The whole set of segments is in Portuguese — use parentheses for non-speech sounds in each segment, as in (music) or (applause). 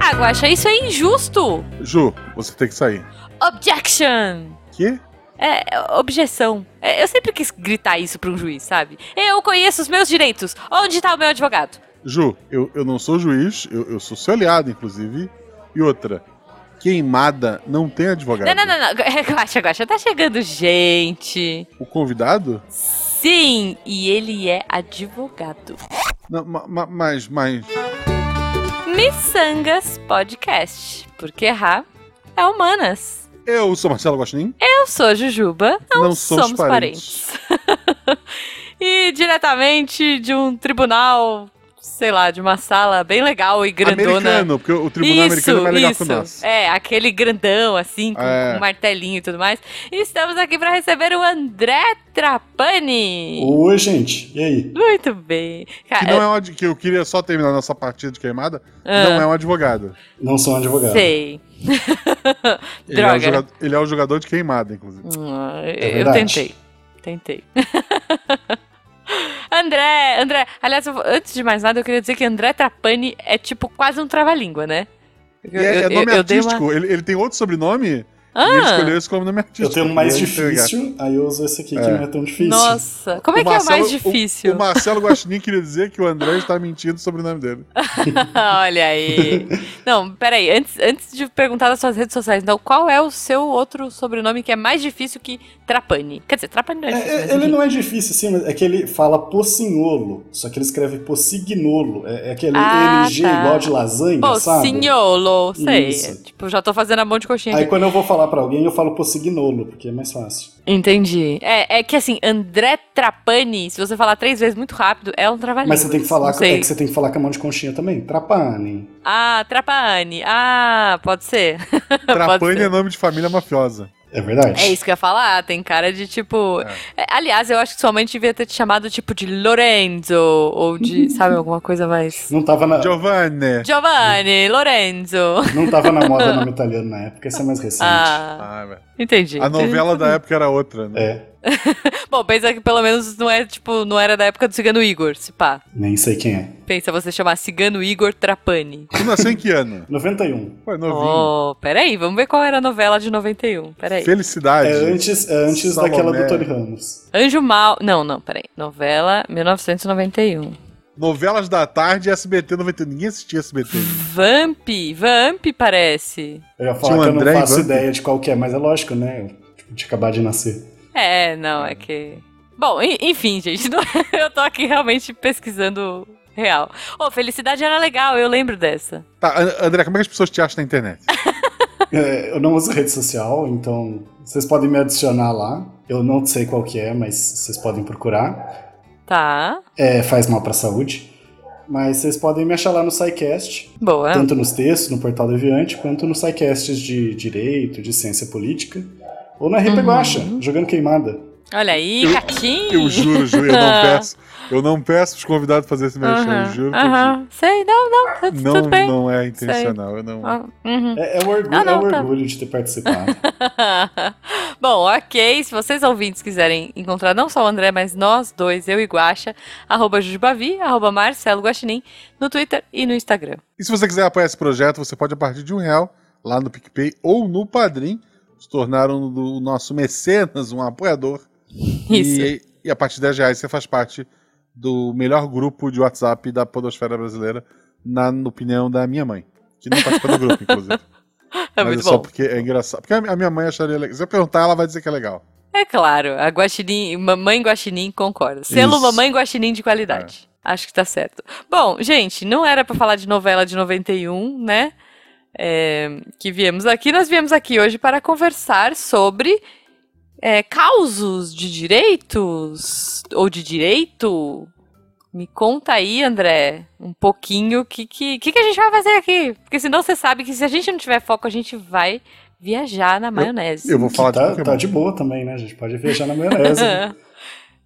Ah, Guaxa, isso é injusto! Ju, você tem que sair. Objection! Que? É, é, objeção. É, eu sempre quis gritar isso pra um juiz, sabe? Eu conheço os meus direitos. Onde tá o meu advogado? Ju, eu, eu não sou juiz, eu, eu sou seu aliado, inclusive. E outra, queimada não tem advogado. Não, não, não, (laughs) não. Guaxa, Guaxa, tá chegando gente. O convidado? Sim, e ele é advogado. Não, ma- ma- mas, mas. Missangas Podcast. Porque errar é humanas. Eu sou Marcelo Guaxinim? Eu sou Jujuba, não, Não somos somos, parentes. (laughs) e diretamente de um tribunal, sei lá, de uma sala bem legal e grandona. Americano, porque o tribunal americano é mais legal que o nosso. né? É, aquele grandão, assim, com É. um martelinho e tudo mais. E estamos aqui para receber o André Trapani. Oi, gente. E aí? Muito bem. Que, Cara, não é um ad- que eu queria só terminar nossa partida de queimada, Ah. não é um advogado. Não sou um advogado. sei. Ele é, o Droga. jogador, ele é o jogador de queimada, inclusive. Ah, eu É verdade. tentei. Tentei. (laughs) André, André, aliás, eu vou- antes de mais nada, eu queria dizer que André Trapani é tipo quase um trava-língua, né? E é, é Eu- eu- nome eu dei uma- artístico, ele, ele tem outro sobrenome e ele Ah, escolheu esse como nome artístico. é Eu tenho um mais E aí, difícil, aí eu uso esse aqui que não é tão difícil. nossa, como é O que é o Marcelo- mais o- difícil? O Marcelo Guaxinim queria dizer que o André está mentindo sobre o nome dele. (laughs) Olha aí. Não, peraí, antes, antes de perguntar das suas redes sociais, então, qual é o seu outro sobrenome que é mais difícil que Trapani? Quer dizer, Trapani não é É, difícil, é, mas ele enfim. não é difícil, sim, mas é que ele fala pocinholo, só que ele escreve pocignolo. É, é aquele Ah, MG tá. igual de lasanha, Pô, sabe? Sinholo, sei. Isso. É, Tipo, já tô fazendo a mão de coxinha aqui. Aí quando eu vou falar pra alguém, eu falo pocignolo, porque é mais fácil. Entendi. É, é que assim, André Trapani, se você falar três vezes muito rápido, é um trabalhinho. Mas você tem que falar, Não com, é sei. que você tem que falar com a mão de conchinha também. Trapane. Ah, Trapani. Ah, pode ser. (laughs) pode Trapani ser. é nome de família mafiosa. É verdade. É isso que eu ia falar, tem cara de tipo. É, Aliás, eu acho que sua mãe devia ter te chamado tipo de Lorenzo ou (laughs) de, sabe, alguma coisa mais. Não tava, na, Giovanni. Giovanni, Lorenzo. não tava na (laughs) moda nome italiano na época, isso é mais recente. Ah, Ah, velho. entendi. a novela da época era outra, né? É, Bom, pensa que pelo menos não é tipo, não era da época do Cigano Igor, se pá. nem sei quem é. Pensa você chamar Cigano Igor Trapani. Tu nasceu em que ano? 91. Pô, é novinho. Oh, peraí, vamos ver qual era a novela de 91. Peraí. Felicidade. É antes, é antes Salomé. daquela do Tony Ramos. Anjo Mal. Não, não, peraí. Novela 1991. Novelas da tarde e SBT 91. Ninguém assistia SBT. Vamp, Vamp parece. Eu ia Tinha o falar que eu não André e faço Vamp. ideia de qual que é, mas é lógico, né? Eu tipo, tinha acabado de nascer. (laughs) É, não, é que. Bom, en- enfim, gente, (laughs) não- eu tô aqui realmente pesquisando real. Ô, Felicidade era legal, eu lembro dessa. Tá, An- André, como é que as pessoas te acham na internet? É, eu não uso rede social, então vocês podem me adicionar lá. Eu não sei qual que é, mas vocês podem procurar. Tá, É, faz mal pra saúde. Mas vocês podem me achar lá no SciCast, boa. Então, tanto nos textos, no Portal Deviante, quanto nos SciCasts de Direito, de Ciência Política, ou na Uhum. RP Guacha, jogando queimada. Olha aí, Eu- gatinho. Eu juro, Ju, eu (laughs) não peço. Eu não peço pros convidados fazer esse meu show. Eu Aham, juro que aham. Sei, não, não, eu tudo, juro. tudo Não, bem. não é intencional. Eu não... Ah, uhum. É, é um orgulho, Não, não, é um tá. orgulho de ter participado. (laughs) Bom, ok. Se vocês ouvintes quiserem encontrar não só o André, mas nós dois, eu e Guaxa, arroba Jujubavi, arroba Marcelo Guaxinim, no Twitter e no Instagram. E se você quiser apoiar esse projeto, você pode, a partir de um real, lá no PicPay ou no Padrim, se tornar um do nosso mecenas, um apoiador. Isso. E, e a partir de 10 reais você faz parte do melhor grupo de WhatsApp da podosfera brasileira, na opinião da minha mãe. Que não participa do grupo, inclusive. (laughs) (laughs) é Mas muito só bom. porque é engraçado. Porque a minha mãe acharia legal. Se eu perguntar, ela vai dizer que é legal. É claro, a Guaxinim, Mamãe Guaxinim concorda. Selo Isso. É. Mamãe Guaxinim de qualidade. Acho que tá certo. Bom, gente, não era pra falar de novela de 91, né? É, que viemos aqui. Nós viemos aqui hoje para conversar sobre é, causos de direitos ou de direito. Me conta aí, André, um pouquinho o que, que, que, que a gente vai fazer aqui. Porque senão você sabe que se a gente não tiver foco, a gente vai viajar na maionese. Eu vou falar Que tá, de Pokémon. tá de boa também, né? A gente pode viajar (laughs) na maionese.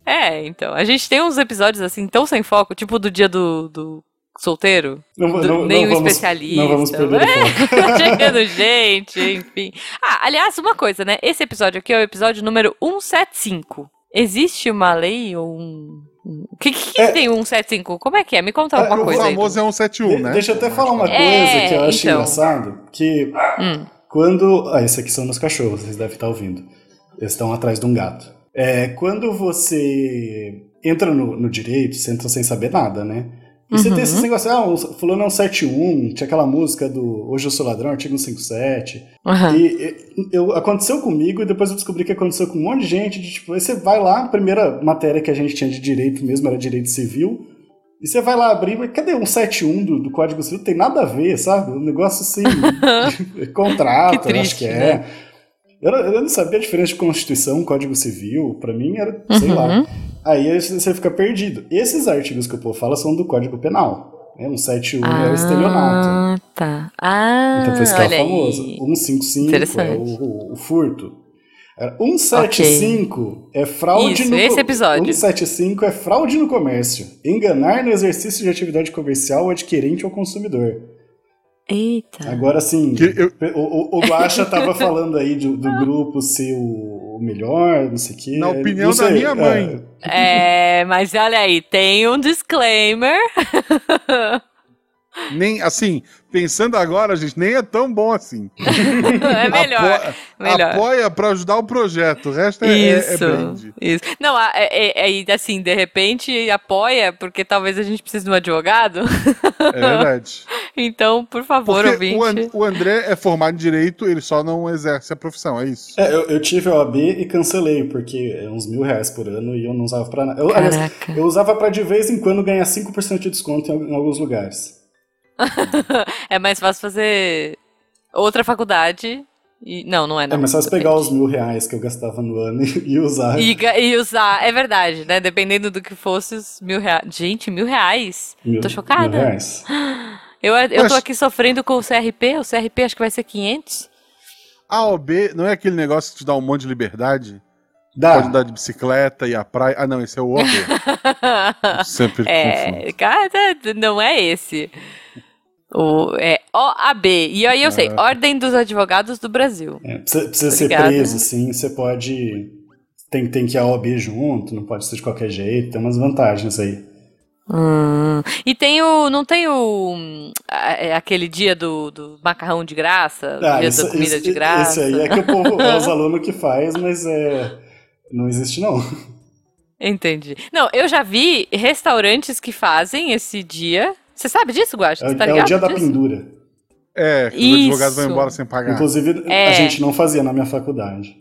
É, então. A gente tem uns episódios assim tão sem foco, tipo do dia do, do solteiro. (laughs) Não, não, Do- não nem o vamos, especialista. né? Não vamos perder o (laughs) foco. Chegando gente, enfim. Ah, aliás, uma coisa, né? Esse episódio aqui é o episódio número 175. Existe uma lei ou um O que, que, que É. tem 175? Como é que é? Me conta É, alguma O coisa aí. famoso é 171, De- né? Deixa eu até falar uma coisa É, que eu acho então. engraçado, que Hum. quando... Ah, esse aqui são meus cachorros, vocês devem estar ouvindo. Eles estão atrás de um gato. É, quando você entra no, no direito, você entra sem saber nada, né? E você Uhum. tem esses negócios, ah, o fulano é um 71, tinha aquela música do Hoje Eu Sou Ladrão, artigo 157, Aham. E, e, eu, aconteceu comigo e depois eu descobri que aconteceu com um monte de gente. De, tipo, aí você vai lá, a primeira matéria que a gente tinha de direito mesmo era direito civil. E você vai lá abrir, mas cadê um 71 do, do Código Civil? Tem nada a ver, sabe? Um (laughs) negócio assim. contrato, Que eu acho que triste, né? é. Eu, não- eu não sabia a diferença de Constituição, Código Civil. Pra mim era, sei lá. Uhum. Aí você fica perdido. Esses artigos que o povo fala são do Código Penal. Né? Um 71 é o estelionato. Ah, tá. Ah, Então por isso que olha é o famoso. aí. 155 é Interessante. o, o- o furto. É, Era 175 é fraude Isso, no esse episódio. 175 é fraude no comércio. Enganar no exercício de atividade comercial o adquirente ou consumidor. Eita. um. Agora sim, Que eu- o, o, o Guaxa tava falando aí do, (laughs) do grupo ser o, o melhor, não sei o quê. Na Não opinião da sei, minha mãe. é, É, mas olha aí, tem um disclaimer. nem, assim, pensando agora, gente, nem é tão bom assim. é melhor. (laughs) Apo- melhor. Apoia pra ajudar o projeto. O resto é, é- é Isso, brand. isso. Não, a- é, é- é- assim, de repente apoia, porque talvez a gente precise de um advogado. (laughs) É verdade. Então, por favor, Porque ouvinte. o, An- o André é formado em direito, ele só não exerce a profissão, é isso. É, eu, eu tive a OAB e cancelei, porque é uns mil reais por ano e eu não usava pra nada. Eu, aliás, Caraca. eu usava pra de vez em quando ganhar 5% de desconto em, al- em alguns lugares. É mais fácil fazer outra faculdade. E... Não, não é. Não. É, mas só se pegar os mil reais que eu gastava no ano (laughs) e, e usar. E, ga- e usar, é verdade, né? Dependendo do que fosse, os mil reais. Gente, mil reais? mil, tô chocada. Mil reais. Eu, eu tô Mas- aqui sofrendo com o CRP, o CRP acho que vai ser (laughs) 500. A OB não é aquele negócio que te dá um monte de liberdade? Pode Dá. andar de bicicleta e a praia. Ah, não, esse é o OB. (laughs) Sempre confundo. É, cara, não é esse. O, é OAB. E aí eu sei, Ah. Caraca. Ordem dos Advogados do Brasil. É, precisa precisa ser Obrigada. preso, sim. Você pode. Tem, tem que ir a OB junto, não pode ser de qualquer jeito. Tem umas vantagens aí. Hum. E tem o. Não tem o. hum, a- é Aquele dia do, do macarrão de graça? Ah, o dia da comida de graça. Isso aí é que o povo (laughs) é os alunos que faz, mas é. Não existe, não. Entendi. Não, eu já vi restaurantes que fazem esse dia. Você sabe disso, Guacha? É, Você tá é o ligado dia da disso? pendura. É, que os advogados vão Isso. embora sem pagar. Inclusive, É. a gente não fazia na minha faculdade.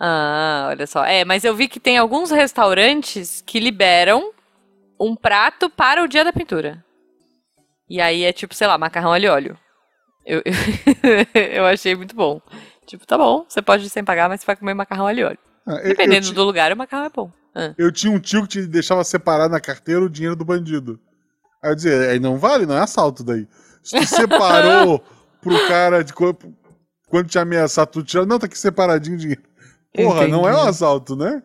Ah, olha só. É, mas eu vi que tem alguns restaurantes que liberam um prato para o dia da pintura. E aí é tipo, sei lá, macarrão alho e óleo. Eu, (laughs) eu, eu achei muito bom. Tipo, tá bom, você pode ir sem pagar, mas você vai comer macarrão alho e óleo. Ah, eu, eu, Dependendo ti- do lugar, o macarrão é bom. eu tinha um tio que te deixava separar na carteira o dinheiro do bandido. Aí eu dizia, aí não vale, não é assalto daí. Se (laughs) tu separou pro cara de co- quando te ameaçar, tu tira. Não, tá aqui separadinho o dinheiro. Porra, não é um Entendi. assalto, né?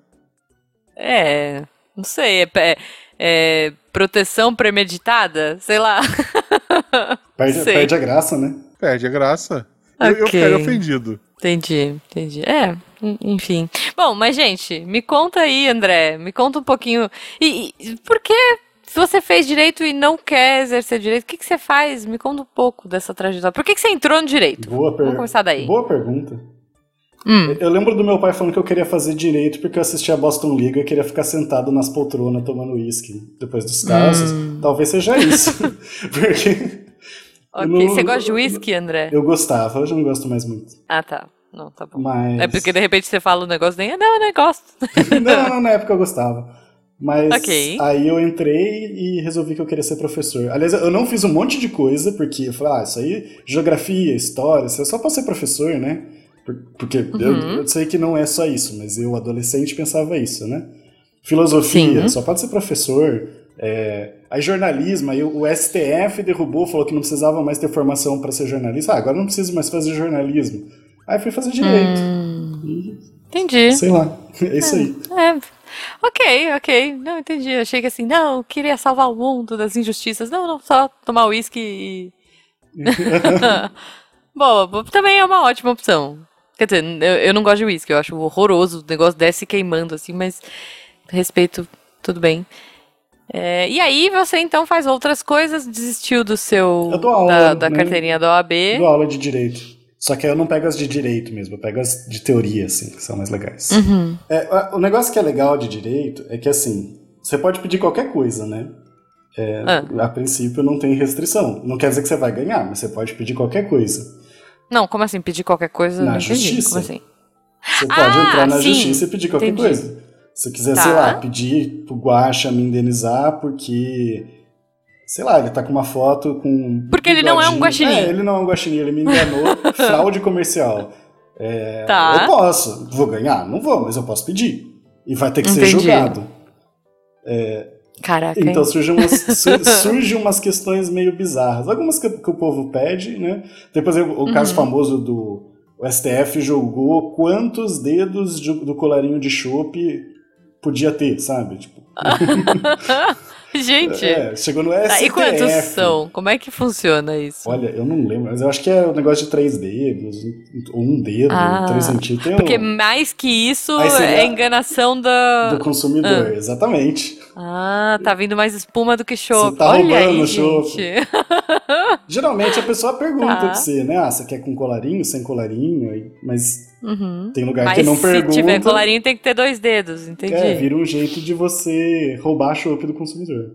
É, não sei, é, é- é proteção premeditada? Sei lá. Perde, Sei. perde a graça, né? Perde a graça. Eu, eu Ok. ficaria ofendido. Entendi, entendi. É, en- enfim. Bom, mas gente, me conta aí, André, me conta um pouquinho. E, e por que você fez direito e não quer exercer direito? O que, que você faz? Me conta um pouco dessa trajetória. Por que, que você entrou no direito? Boa, per... Vamos começar daí. Boa pergunta. Hum. Eu lembro do meu pai falando que eu queria fazer direito porque eu assistia a Boston League e queria ficar sentado nas poltronas tomando uísque depois dos casos. Hum. Talvez seja isso. (laughs) porque Ok, não- Você gosta de uísque, André? eu gostava, hoje eu não gosto mais muito. Ah, tá. Não, tá bom. Mas. É porque de repente você fala um negócio nem. Ah, não, eu não gosto. (laughs) não, não, na época eu gostava. Mas Ok. aí eu entrei e resolvi que eu queria ser professor. Aliás, eu não fiz um monte de coisa, porque eu falei, ah, isso aí, geografia, história, isso é só pra ser professor, né? Por- Porque eu, Uhum. eu sei que não é só isso, mas eu, adolescente, pensava isso, né? Filosofia, Sim. só pode ser professor. É... Aí jornalismo, aí o STF derrubou, falou que não precisava mais ter formação pra ser jornalista. Ah, agora eu não preciso mais fazer jornalismo. Aí fui fazer direito. Hum, E, entendi. sei lá, (laughs) é isso aí. É. Ok, ok. Não, entendi. Achei que assim, não, eu queria salvar o mundo das injustiças. Não, não, só tomar uísque e. (laughs) Boa, bo- também é uma ótima opção. Quer dizer, n- eu, eu não gosto de uísque, eu acho horroroso. O negócio desce queimando, assim, mas respeito, tudo bem. É, e aí você então faz outras coisas, desistiu do seu Eu dou aula, da, da né? carteirinha da OAB. Dou aula de direito. Só que aí eu não pego as de direito mesmo, eu pego as de teoria, assim, que são mais legais. Uhum. É, a- o negócio que é legal de direito é que, assim, você pode pedir qualquer coisa, né? É, Ah. A princípio não tem restrição. Não quer dizer que você vai ganhar, mas você pode pedir qualquer coisa. Não, como assim? Pedir qualquer coisa? Na não entendi. justiça. Como assim? Você Ah, pode entrar na sim, justiça e pedir qualquer entendi. coisa. Se quiser, Tá. sei lá, pedir pro Guaxa me indenizar porque, sei lá, ele tá com uma foto com. Porque ele não é um bigodinho. guaxinim. É, ele não é um guaxinim, ele me enganou. (laughs) fraude comercial. É, Tá. Eu posso. Vou ganhar? Não vou, mas eu posso pedir. E vai ter que ser Entendi. julgado. Caraca, hein? Então (laughs) surgem umas, sur- surgem umas questões meio bizarras. Algumas que, que o povo pede, né? Depois o, o Uhum. caso famoso do o STF julgou quantos dedos de- do colarinho de chope podia ter, sabe? Tipo, (laughs) Gente, é, chegou no tá, STF. e quantos são? Como é que funciona isso? Olha, eu não lembro, mas eu acho que é um negócio de três dedos, ou um dedo, Ah, três centímetros. Tem Porque um- mais que isso Aí seria- é enganação da. do consumidor, exatamente. Ah, tá vindo mais espuma do que chope. Você tá Olha roubando aí, o chope. É gente. Geralmente a pessoa pergunta Tá. pra você, né? Ah, você quer com colarinho, sem colarinho? Aí- Mas (laughs) Uhum. Tem lugar que Mas não se pergunta. tiver colarinho tem que ter dois dedos, entendi. é, vira um jeito de você roubar a chope do consumidor.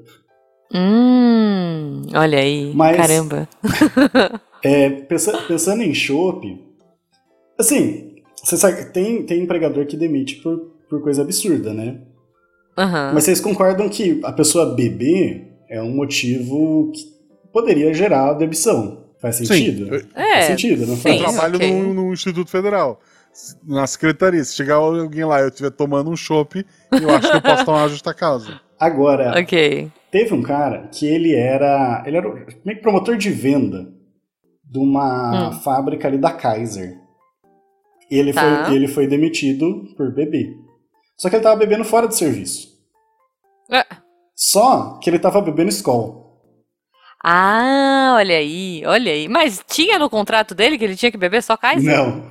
Hum, olha aí, Mas- caramba. É, pensa- pensando em chope, assim, você sabe, tem, tem empregador que demite por, por coisa absurda, né? Aham. Mas vocês concordam que a pessoa beber é um motivo que poderia gerar demissão? Faz Sim, sentido? eu, É, Faz sentido, não sim. eu faz? trabalho ok. num num Instituto Federal, se- na secretaria. Se chegar alguém lá e eu estiver tomando um chopp, eu acho que eu posso tomar uma (laughs) justa causa. Agora, É ok. Teve um cara que ele era. Ele era meio que promotor de venda de uma Hum. fábrica ali da Kaiser. E ele, Tá. foi, ele foi demitido por beber. Só que ele tava bebendo fora do serviço. É. Só que ele tava bebendo Skol. Ah, olha aí, olha aí. Mas tinha no contrato dele que ele tinha que beber só Kaiser? Não.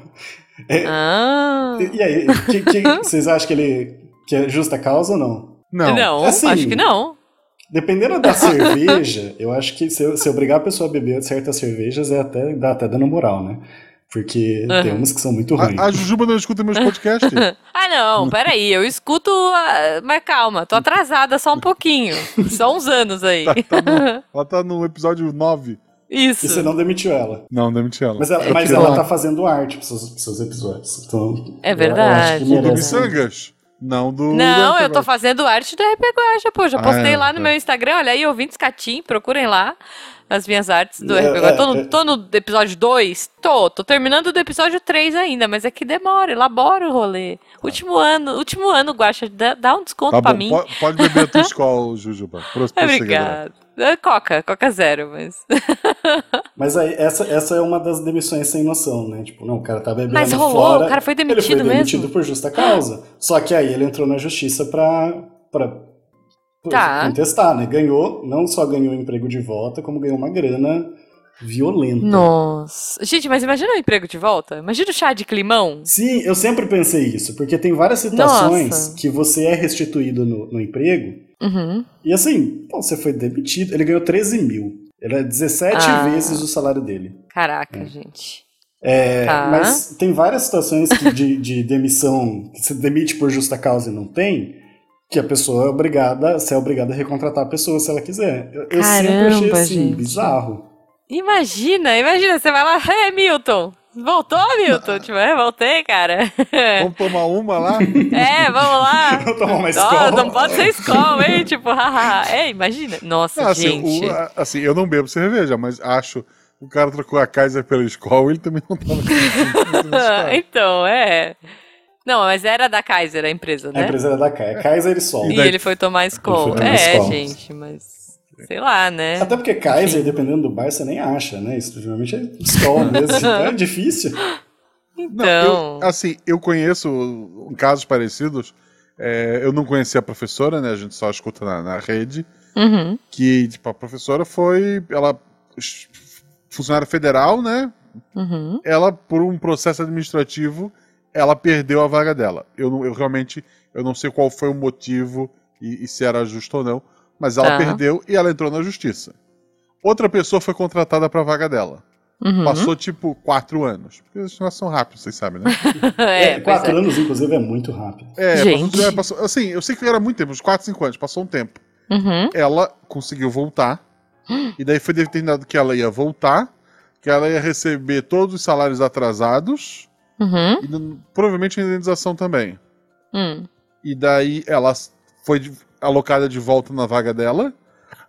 Ah. E, e aí, que- (laughs) que- vocês acham que ele que é justa causa ou não? Não. assim- acho que não. Dependendo da cerveja, eu acho que se, eu- se obrigar a pessoa a beber certas cervejas é até, dá até dando moral, né? Porque tem Aham. umas que são muito ruins. A, a Jujuba não escuta (laughs) meus podcasts? Ah, não, peraí, eu escuto, ah, mas calma, tô atrasada só um pouquinho, só uns anos aí. Tá no- ela tá no episódio 9. (laughs) Isso. E você não demitiu ela. Não, demiti ela. Mas É ela, Eu mas queria ela lá. tá fazendo arte pros seus, pros seus episódios. Então, É eu- eu verdade. acho que O é do merece. Missangas? Não, do. Não, do- eu tô fazendo arte do RP Guacha, pô. Já então Ah, postei é, lá no tá. meu Instagram, olha aí, ouvintes Catim, procurem lá as minhas artes do É, RP Guacha. é, Tô, no- é. tô no episódio 2? Tô, tô terminando do episódio 3 ainda, mas é que demora, elabora o rolê. Último ano, último ano, Guacha, dá, dá um desconto Tá pra bom, mim. po- Pode, beber a tua escola, (laughs) Jujuba. Pro- prossiga, galera. Obrigada. É, Coca, Coca zero, mas. Mas aí, essa, essa é uma das demissões sem noção, né? Tipo, não, o cara tá bebendo Mas rolou, fora. o cara foi Ele foi demitido demitido mesmo. por justa causa. Só que aí ele entrou na justiça pra, pra Tá. contestar, né? Ganhou, não só ganhou o emprego de volta, como ganhou uma grana violenta. Nossa. Gente, mas imagina o emprego de volta? Imagina o chá de climão. Sim, eu sempre pensei isso, porque tem várias situações Nossa. que você é restituído no, no emprego Uhum. E assim, pô, você foi demitido. Ele ganhou 13 mil. Era 17 Ah. vezes o salário dele. Caraca, gente. É, Tá. Mas tem várias situações que de, de demissão que se demite por justa causa e não tem, que a pessoa é obrigada, você é obrigada a recontratar a pessoa se ela quiser. Eu, eu sempre achei Caramba, assim, gente. bizarro. (laughs) Imagina, imagina, você vai lá, é Milton. Voltou, Milton? Tipo, é, voltei, cara. (laughs) Vamos tomar uma lá? É, vamos (laughs) lá. Vou tomar uma Nossa, escola. não pode ser escola, hein? Tipo, haha. É, imagina. Nossa, Não, assim, gente. o- a- assim, eu não bebo cerveja, mas acho. O cara trocou a Kaiser pela escola, ele também não tava. (laughs) então, é. Não, mas era da Kaiser a empresa, A né? empresa era da Kai, é Kaiser e Sol. E ele foi tomar escola. Ele foi tomar É, escola. gente, mas. Sei lá, né? É. Até porque Kaiser, dependendo do bar, você nem acha, né? Isso geralmente é escola mesmo. então (laughs) é difícil. Então. eu, assim, eu conheço casos parecidos. É, eu não conhecia a professora, né? A gente só escuta na, na rede. Uhum. Que, tipo, a professora foi. Ela. Funcionária federal, né? Uhum. ela, por um processo administrativo, ela perdeu a vaga dela. Eu, não- eu realmente eu não sei qual foi o motivo e, e se era justo ou não, Mas ela Tá. perdeu e ela entrou na justiça. Outra pessoa foi contratada pra vaga dela. Uhum. Passou, tipo, quatro anos. Porque os negócios são rápidos, vocês (laughs) sabem, né? É, pois quatro é. anos, inclusive, é muito rápido. É, Gente. passou- é, passou- assim, eu sei que era muito tempo, uns 4, 5 anos, passou um tempo. Uhum. Ela conseguiu voltar. (gasps) e daí foi determinado que ela ia voltar, que ela ia receber todos os salários atrasados Uhum. e n- provavelmente a indenização também. Hum. E daí ela s- foi de- alocada de volta na vaga dela.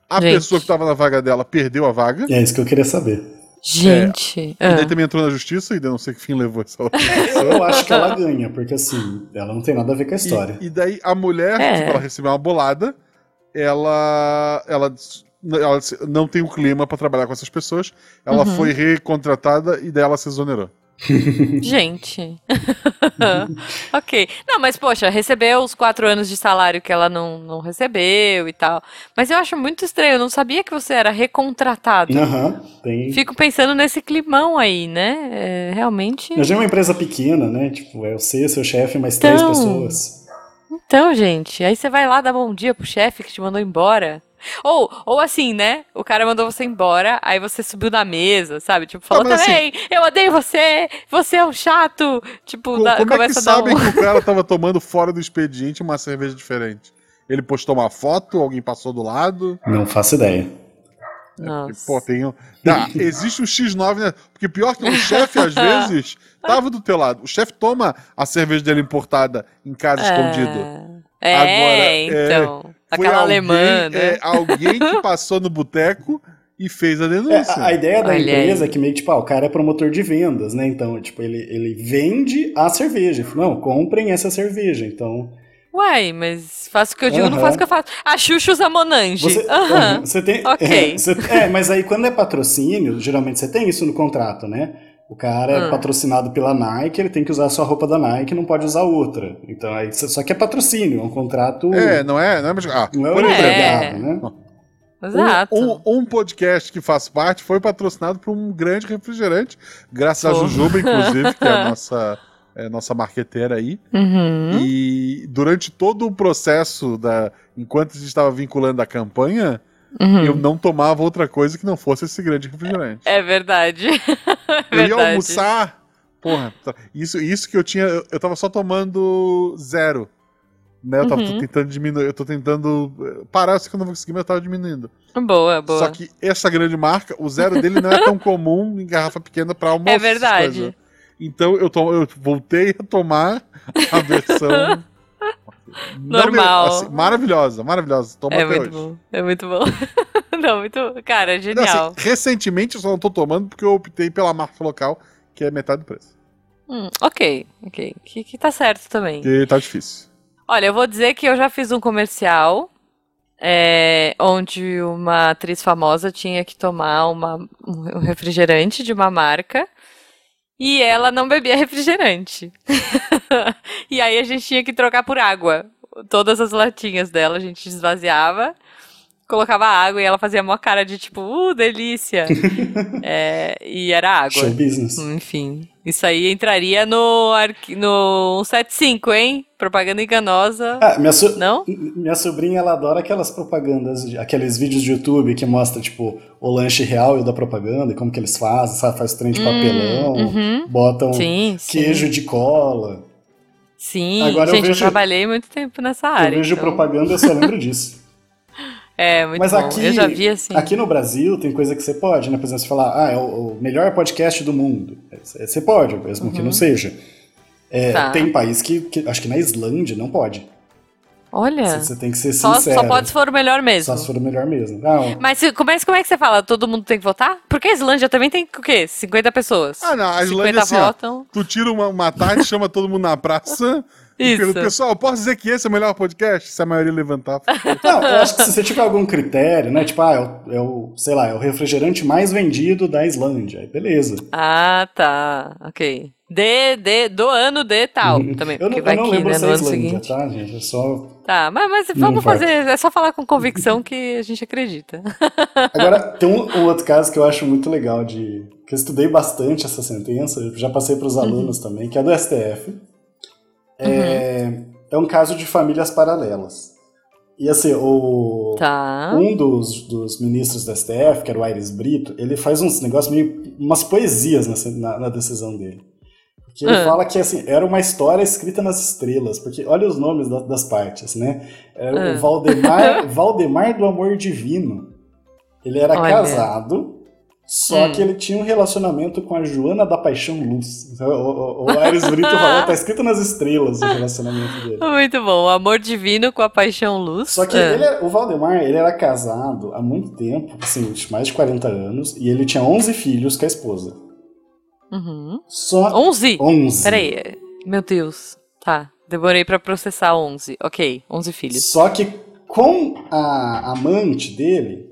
A Gente. pessoa que tava na vaga dela perdeu a vaga. É isso que eu queria saber. Gente. E ah. daí também entrou na justiça, e daí não sei que fim levou (laughs) essa outra Eu acho que ela ganha, porque assim, ela não tem nada a ver com a história. E, e daí a mulher, É. tipo, ela recebeu uma bolada, ela, ela, s- n- ela s- não tem o clima pra trabalhar com essas pessoas, ela Uhum. foi recontratada e daí ela se exonerou. Gente. (laughs) ok. Não, mas poxa, recebeu os quatro anos de salário que ela não, não recebeu e tal. Mas eu acho muito estranho, eu não sabia que você era recontratado. Aham, tem. Fico pensando nesse climão aí, né? É, realmente. Mas já é uma empresa pequena, né? Tipo, é você, seu chefe, mais três Então. pessoas. Então, gente, aí você vai lá dar bom dia pro chefe que te mandou embora. Ou, ou assim, né? O cara mandou você embora, aí você subiu na mesa, sabe? Tipo, falou mas assim- também, eu odeio você, você é um chato. Tipo, Co- dá- Como é que começa a dar sabem um... que o cara tava tomando fora do expediente uma cerveja diferente? Ele postou uma foto, alguém passou do lado. Não faço ideia. E, Nossa. pô, tem um... Ah, existe o X9, né? Porque pior que o (laughs) chefe, às vezes, tava do teu lado. O chefe toma a cerveja dele importada em casa tá escondido. É, Agora, é, então. Foi aquela alguém, alemã, né? é, alguém que passou no boteco e fez a É, denúncia. a, a ideia da Olha empresa aí. é que meio que, tipo, ah, o cara é promotor de vendas, né? Então, tipo, ele, ele vende a cerveja. Ele fala, Não, comprem essa cerveja. Então, Uai, mas faço o que eu digo, não Aham. faço o que eu faço. A Xuxa usa Monange. você, Aham. aham, você tem... Ok. É, você- é, mas aí quando é patrocínio, geralmente você tem isso no contrato, né? O cara é Ah. patrocinado pela Nike, ele tem que usar a sua roupa da Nike, não pode usar outra. Então, aí, você- só que é patrocínio, é um contrato... É, não é? Não é, mas- ah, Não é por um exemplo, empregado, né? Exato. um, um- um podcast que faz parte foi patrocinado por um grande refrigerante, Foi. graças a Jujuba, inclusive, que é (laughs) a nossa, é a nossa marqueteira aí. um, Uhum. E durante todo o processo, da, enquanto a gente estava vinculando a campanha, Uhum. eu não tomava outra coisa que não fosse esse (laughs) grande refrigerante. É verdade. É Eu ia verdade. almoçar. Porra, tá- isso, isso que eu tinha. Eu, eu tava só tomando zero. Né? Eu tava tô Uhum. tentando diminuir. Eu tô tentando eh, parar, eu sei que eu não vou conseguir, mas eu tava diminuindo. Boa, boa. Só que essa grande marca, o zero dele não (laughs) é tão comum em garrafa pequena pra almoço. É essas verdade. coisas. Então eu, to- eu voltei a tomar (laughs) a versão. não me- Normal. maravilhosa, maravilhosa. Toma é até muito hoje. bom. É muito bom. (laughs) não, muito. Cara, é Não, genial. assim, recentemente eu só não tô tomando porque eu optei pela marca local, que é metade do preço. Hum, ok, ok. Que, que tá certo também. Porque tá difícil. Olha, eu vou dizer que eu já fiz um comercial é, onde uma atriz famosa tinha que tomar uma- um refrigerante de uma marca e ela não bebia refrigerante. (laughs) e aí a gente tinha que trocar por água. Todas as latinhas dela a gente esvaziava, colocava água e ela fazia uma cara de tipo, uh, delícia. É, e era água. Show business. Hum. Enfim, isso aí entraria no, arqui- no 175, hein? Propaganda enganosa. Ah, minha, so- Não? Minha sobrinha, ela adora aquelas propagandas, de- aqueles vídeos de YouTube que mostra, tipo, o lanche real e o da propaganda, e como que eles fazem, sabe? Faz trem de papelão, Hum, uhum. botam Sim, sim. queijo de cola. Sim, Agora eu gente, eu, vejo- trabalhei muito tempo nessa Eu área. vejo então- propaganda, eu só lembro (laughs) disso. É, muito Mas bom. aqui- eu já vi assim. Aqui no Brasil tem coisa que você pode, né? Por exemplo, você falar, ah, é o, o melhor podcast do mundo. É, Você pode, mesmo que Uhum. não seja. É, Tá. Tem país que, que- acho que na Islândia, não pode. Você, Olha, você tem que ser É. só, sincero. só pode se for o melhor mesmo. Só se for o melhor mesmo. Não, Mas, se- como é, como é que você fala? Todo mundo tem que votar? Porque a Islândia também tem o quê? 50 pessoas. Ah, não, a 50 Islândia, assim, ó, votam. Tu tira uma, uma tarde, (laughs) chama todo mundo na praça. E Isso. pergunta, pessoal, posso dizer que esse é o melhor podcast? Se a maioria (laughs) levantar. Não, eu acho que se você tiver algum critério, né? Tipo, ah, é o, é o- sei lá, é o refrigerante mais vendido da Islândia. Aí beleza. Ah, tá. Ok. De, de, do ano de (laughs) tal também. Eu não, porque eu vai não que, lembro né, se no é ano Islândia, seguinte. tá, gente? É só. Tá, mas, mas Não vamos vai. fazer. É só falar com convicção que a gente (laughs) acredita. Agora, tem um, um outro caso que eu acho muito legal de. que eu estudei bastante essa sentença, eu já passei para os alunos também, que é do STF. É, é um caso de famílias paralelas. E assim, o. Tá. Um dos, dos ministros do STF, que era o Aires Brito, ele faz uns negócios meio. umas poesias nessa, na, na decisão dele. Que ele Ah. fala que assim, era uma história escrita nas estrelas, porque olha os nomes da- das partes, né? É, Ah. (laughs) O Valdemar, Valdemar do Amor Divino. Ele era Olha. casado, só Hum. que ele tinha um relacionamento com a Joana da Paixão Luz. Então, o, o, o Aires Brito falou, tá escrito nas estrelas o relacionamento dele. Muito bom. O amor divino com a paixão luz. Só que Ah. ele, é o Valdemar, ele era casado há muito tempo, assim, de mais de 40 anos, e ele tinha 11 filhos com a esposa. Uhum. Só 11. 11. Peraí. é- Meu Deus. Tá. Demorei pra processar 11. Ok. 11 filhos. Só que com a amante dele,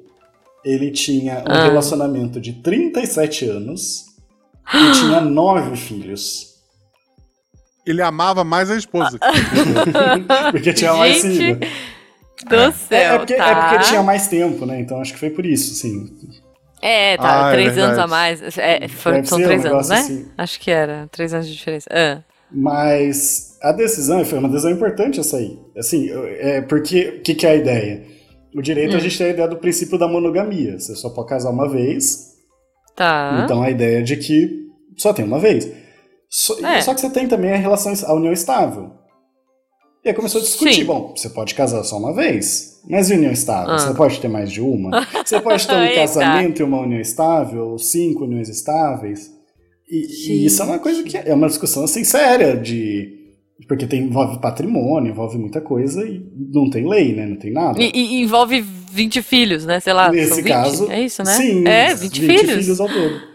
ele tinha um Ah. relacionamento de 37 anos (gasps) e tinha 9 filhos. Ele amava mais (laughs) a esposa. Porque tinha mais Gente, filho. Do É, é céu. porque, tá. é porque tinha um- mais tempo, né? Então acho que foi por isso, assim. sim. É, tá. Ah, é três anos a verdade. mais. É, foram- Deve são ser um três anos, negócio né? assim. Acho que era. Três anos de diferença. Ah. Mas a decisão foi uma decisão importante essa aí. Assim, eu- é porque o que, que é a ideia? O direito a gente tem a ideia do princípio da monogamia. Você só pode casar uma vez. Tá. Então a ideia de que só tem uma vez. Só, É. só que você tem também a relação, a união estável. E aí começou a discutir. Sim. Bom, você pode casar só uma vez, mas e união estável? Ah. Você pode ter mais (laughs) de uma? Você pode ter um Eita. casamento e uma união estável, ou cinco uniões estáveis? E, e isso é uma coisa que é uma discussão assim séria de porque tem envolve patrimônio, envolve muita coisa e não tem lei, né? Não tem nada. E, e envolve 20 filhos, né? Sei lá. são Nesse 20? caso, É isso, né? Sim, é, 20, filhos. ao todo. (laughs)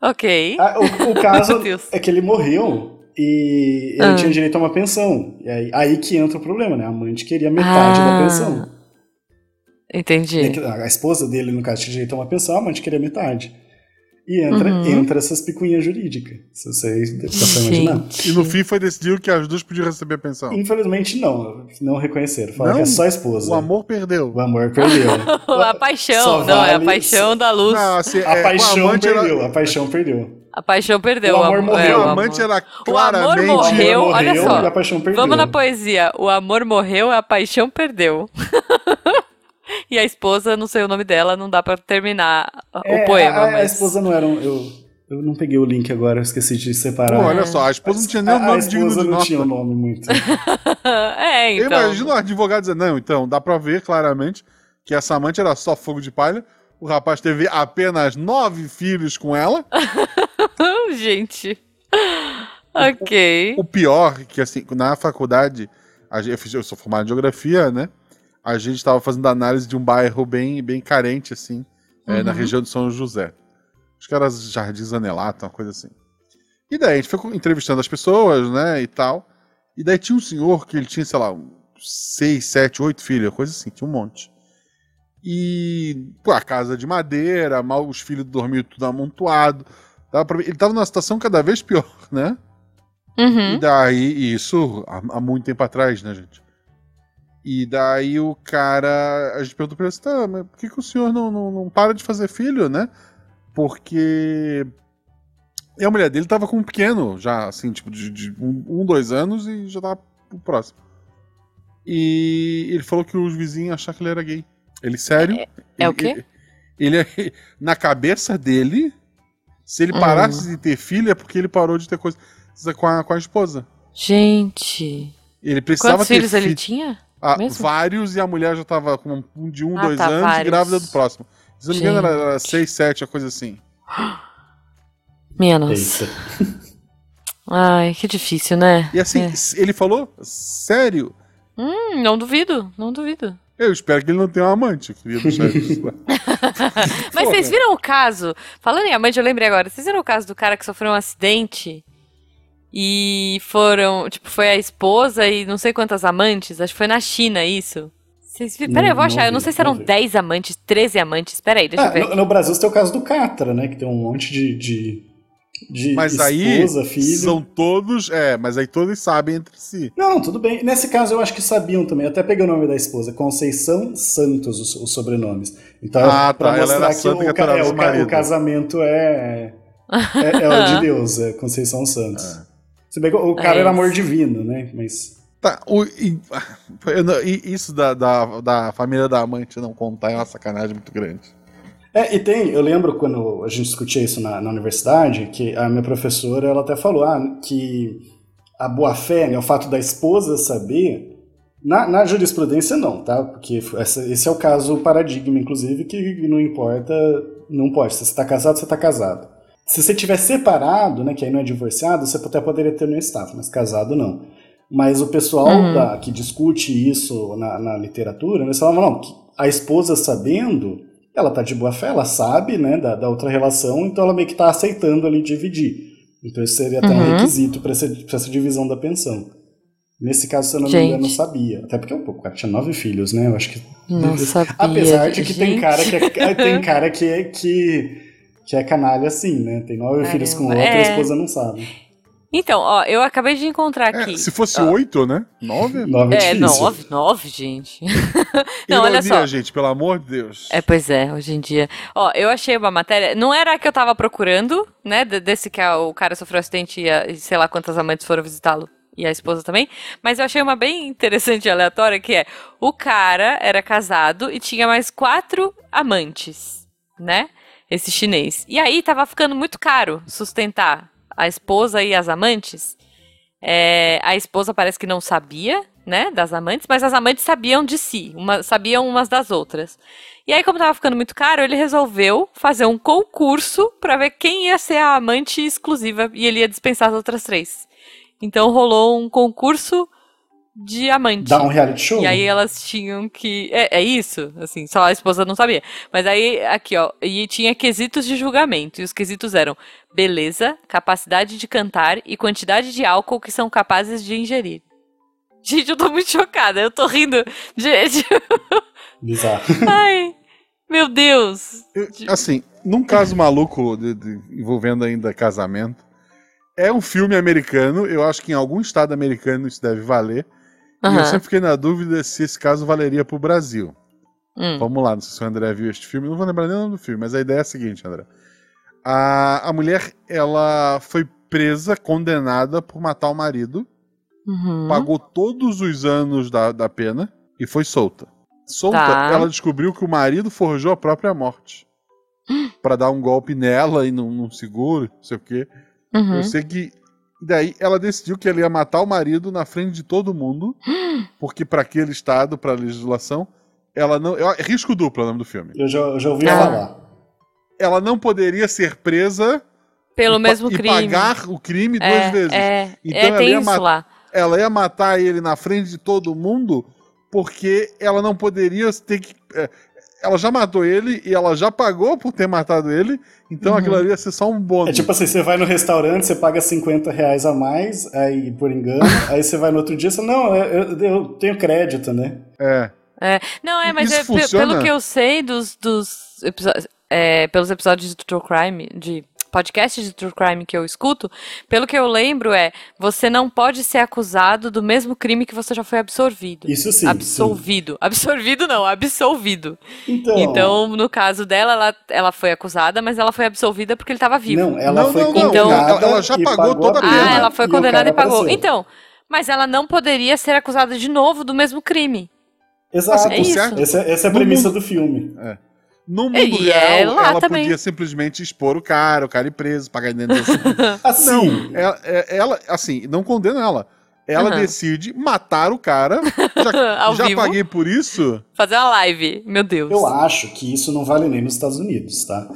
Ok. Ah, o, o caso Meu Deus. é que ele morreu e ele Ah. tinha direito a uma pensão. E aí, aí que entra o problema, né? A amante queria metade Ah. da pensão. Entendi. É que A a esposa dele, no caso, tinha direito a uma pensão, a amante queria metade. E entra, Uhum. entra essas picuinhas jurídicas. Se vocês dá pra imaginar. Gente. E no fim foi decidido que as duas podiam receber a pensão. Infelizmente, não. Não reconheceram. Falaram Não? que é só a esposa. O amor perdeu. O (laughs) amor perdeu. a paixão, Só não, é a vale- paixão da luz. Não, assim, A é, o paixão amante era- perdeu. A paixão perdeu. A paixão perdeu. O amor am- morreu, é, o o amante amor. era O amor claramente. morreu, O amor olha morreu só. e a paixão perdeu. Vamos na poesia. O amor morreu, a paixão perdeu. (laughs) e a esposa, não sei o nome dela, não dá pra terminar É, o poema. a- a, a mas... esposa não era um. Eu, eu não peguei o link agora, eu esqueci de Pô, separar. olha só, a esposa não tinha nem a, o a nome digno esposa de não nota. tinha um nome (laughs) muito. é, Eu então. imagino o advogado dizendo, não, então, dá pra ver claramente que essa amante era só fogo de palha. O rapaz teve apenas nove filhos com ela. (laughs) Gente. Ok. O pior, que assim, na faculdade, a gente- eu, fiz- eu sou formado em geografia, né? A gente tava fazendo análise de um bairro bem, bem carente, assim, é, na região de São José. Acho que era Jardins Anelato, uma coisa assim. E daí, a gente foi entrevistando as pessoas, né, e tal. E daí tinha um senhor que ele tinha, sei lá, um- seis, sete, oito filhos, coisa assim, tinha um monte. E pô, a casa de madeira, mal os filhos dormiam tudo amontoado. Dava pra ver- Ele tava numa situação cada vez pior, né? Uhum. E daí, isso há, há muito tempo atrás, né, gente? E daí o cara. A gente perguntou pra ele assim: tá, mas por que, que o senhor não, não, não para de fazer filho, né? Porque. E a mulher dele tava com um pequeno, já assim, tipo, de, de um, um, dois anos e já tava pro próximo. E ele falou que os vizinhos acharam que ele era gay. Ele, sério? é o ele- quê? Ele, é, ele- na cabeça dele, se ele Hum. parasse de ter filho é porque ele parou de ter coisa com a, com a esposa. Gente. Ele precisava Quantos ter filhos ele fi- tinha? Ah, mesmo? vários e a mulher já tava com um de um, Ah, dois tá, anos e vários. grávida do próximo. Se eu não me engano, era, era Gente. seis, sete, uma coisa assim. Minha nossa. Eita. Ai, que difícil, né? E assim, É. s- ele falou, sério, Hum, não duvido, não duvido. eu espero que ele não tenha um amante, né?" queria deixar isso lá. Mas Porra. vocês viram o caso? Falando em amante, eu lembrei agora. Vocês viram o caso do cara que sofreu um acidente? E foram. Tipo, foi a esposa e não sei quantas amantes. Acho que foi na China isso. Vocês viram? Peraí, eu vou Não, achar. não Eu não vi, sei se eram não vi. 10 amantes, 13 amantes. Peraí, deixa Ah, eu ver. no, no Brasil você tem o caso do Catra, né? Que tem um monte de, de, de Mas aí esposa, filho. são todos, é, mas aí todos sabem entre si. Não, tudo bem. Nesse caso eu acho que sabiam também. Eu até peguei o nome da esposa, Conceição Santos, os, os sobrenomes. Então, Ah, pra tá, ela mostrar era que santa e o, ca- adorava é, os o, ca- maridos. o casamento é, (laughs) é, é o de Deus, é Conceição Santos. É. Se bem que o cara É era isso. amor divino, né? Mas Tá, o, e- (laughs) eu não- e isso da, da, da família da amante não contar é uma sacanagem muito grande. É, e tem, eu lembro quando a gente discutia isso na, na universidade, que a minha professora ela até falou ah, que a boa-fé, né, o fato da esposa saber, na, na jurisprudência não, tá? Porque essa- esse é o caso paradigma, inclusive, que não importa, não pode. Se você está casado, você está casado. Se você tiver separado, né, que aí não é divorciado, você até poderia ter no staff, mas casado não. Mas o pessoal Uhum. da- que discute isso na, na literatura, eles falam, não, que a esposa sabendo, ela tá de boa fé, ela sabe, né, da, da outra relação, então ela meio que tá aceitando ali dividir. Então isso seria até um Uhum. requisito para essa, pra essa divisão da pensão. Nesse caso, se eu não me Gente. engano, eu sabia. Até porque o cara tinha nove filhos, né? Eu acho que Não sabia. Apesar de que tem gente. cara que é, (laughs) tem cara que é, que, que é canalha assim, né? Tem nove Caramba. filhos com outra, a É. esposa não sabe. Então, ó, eu acabei de encontrar É, aqui. se fosse Ó. oito, né? Nove? Nove É, difícil. não, nove, nove, gente. (laughs) não, olha Ironia, só. gente, pelo amor de Deus. É, pois é, hoje em dia. Ó, eu achei uma matéria. Não era a que eu tava procurando, né? de- Desse que a- o cara sofreu acidente e, a- e sei lá quantas amantes foram visitá-lo. E a esposa também. Mas eu achei uma bem interessante e aleatória, que é... O cara era casado e tinha mais quatro amantes, né? Esse chinês. E aí tava ficando muito caro sustentar a esposa e as amantes. É, a esposa parece que não sabia, né, das amantes, mas as amantes sabiam de si, uma- sabiam umas das outras. E aí, como tava ficando muito caro, ele resolveu fazer um concurso pra ver quem ia ser a amante exclusiva e ele ia dispensar as outras três. Então rolou um concurso de amante. Dá um reality show? E aí elas tinham que. É, é isso, assim, só a esposa não sabia. Mas aí, aqui, ó, e tinha quesitos de julgamento. E os quesitos eram beleza, capacidade de cantar e quantidade de álcool que são capazes de ingerir. (laughs) Gente, eu tô muito chocada, eu tô rindo. Gente, (laughs) Bizarro. ai, meu Deus. Eu- assim, num caso maluco de- de- envolvendo ainda casamento, é um filme americano, eu acho que em algum estado americano isso deve valer. E eu Aham, sempre fiquei na dúvida se esse caso valeria pro Brasil. hum, Vamos lá, não sei se o André viu este filme, não vou lembrar nem o nome do filme, mas a ideia é a seguinte, André. A, a mulher, ela foi presa, condenada por matar o marido, uhum. pagou todos os anos da, da pena e foi solta. Solta, Tá. ela descobriu que o marido forjou a (gasps) própria morte. Pra dar um golpe nela e num, num seguro, não sei o quê. Uhum. Eu sei que. Daí ela decidiu que ela ia matar o marido na frente de (gasps) todo mundo, porque pra aquele estado, pra legislação, ela não. é risco duplo é o nome do filme. Eu já, eu já ouvi Ah. falar. Ela não poderia ser presa Pelo e pa- mesmo e crime. pagar o crime duas é, vezes. É, Então é ela tem ia isso matar- lá. ela ia matar ele na frente de todo mundo porque ela não poderia ter que. é, Ela já matou ele e ela já pagou por ter matado ele, então Uhum. aquilo ali ia ser só um É bônus. tipo assim, você vai no restaurante, você paga 50 reais a mais, aí por (laughs) engano, aí você vai no outro dia, você não, eu, eu- eu tenho crédito, né? É. Não, é, mas Isso é, pe- funciona? pelo que eu sei dos, dos episódios. pelos episódios de True Crime, de podcast de True Crime que eu escuto, pelo que eu lembro é, você não pode ser acusado do mesmo crime que você já foi absolvido. Isso sim. absolvido. Absolvido não, absolvido. sim. Então, Então, no caso dela, ela, ela foi acusada, mas ela foi absolvida porque ele estava vivo. não, é ela Não, foi não, não, condenada. ela- ela já e pagou toda a pena, pena. Ah, ela foi o condenada e cara pagou. apareceu. Então, mas ela não poderia ser acusada de novo do mesmo crime. Exato. Assim, É isso. certo? Essa, essa é a No premissa do filme. No mundo E real, é lá ela também. podia simplesmente expor o cara, o cara ir preso, pagar indenização. (laughs) Assim, Ah, não, ela, é- ela, assim, não condena ela. Ela Aham. decide matar (laughs) o cara. Já, Ao já vivo. paguei por isso? Fazer uma live. Meu Deus. Eu acho que isso não vale nem nos Estados Unidos, tá?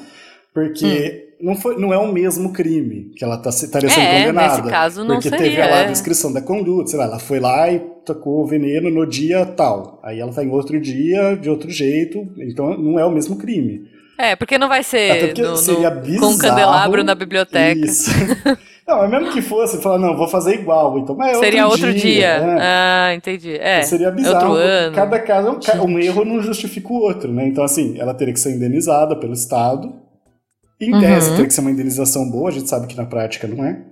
Porque Hum. não, foi, não é o mesmo crime que ela tá, se- estaria sendo É, condenada. nesse caso não porque teve seria, lá a é. descrição da conduta, sei lá, ela foi lá e tocou o veneno no dia tal. Aí ela tá em outro dia, de outro jeito, então não é o mesmo crime. É, porque não vai Até ser porque no- no- seria com bizarro. um candelabro na biblioteca. Isso. (laughs) Não, mas mesmo que fosse, falar, não, vou fazer igual, então, mas é seria outro outro dia. né? Ah, entendi. É. seria é bizarro. outro ano. Cada caso é um, ca- um erro não justifica o outro, né? Então, assim, ela teria que ser indenizada pelo Estado. Em Uhum. tese, teria que ser uma indenização boa, a gente sabe que na prática não é.